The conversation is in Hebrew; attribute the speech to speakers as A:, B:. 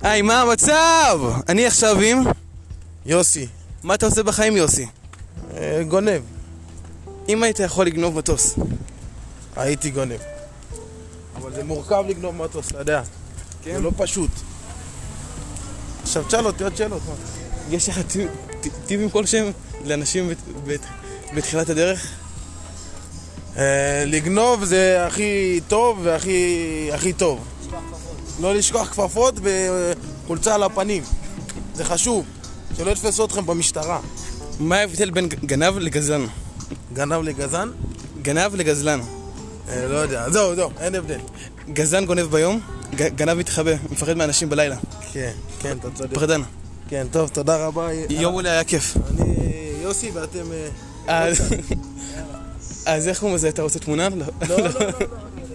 A: היי, מה המצב? אני עכשיו עם...
B: יוסי,
A: מה אתה עושה בחיים, יוסי?
B: אה, גונב.
A: אם היית יכול לגנוב מטוס,
B: הייתי גונב. אבל זה מורכב לגנוב מטוס, אתה יודע.
A: כן?
B: זה לא פשוט. עכשיו תשאל אותי עוד שאלות. מה?
A: יש לך טיפ- טיפ- טיפים כלשהם לאנשים בת- בת- בתחילת הדרך?
B: אה, לגנוב זה הכי טוב והכי הכי טוב. לא לשכוח כפפות וחולצה על הפנים. זה חשוב. שלא יתפסו אתכם במשטרה.
A: מה ההבדל בין ג- גנב לגזלן?
B: גנב לגזען?
A: גנב לגזלן.
B: אה, לא יודע. זהו, זהו, אין הבדל.
A: גזלן גונב ביום, ג- גנב מתחבא, מפחד מאנשים בלילה.
B: כן, כן, אתה צודק.
A: פחדן.
B: כן, טוב, תודה רבה.
A: יום אולי היה כיף.
B: אני יוסי ואתם... אה,
A: אז- אז איך קוראים לזה? אתה רוצה תמונה?
B: לא, לא, לא, לא.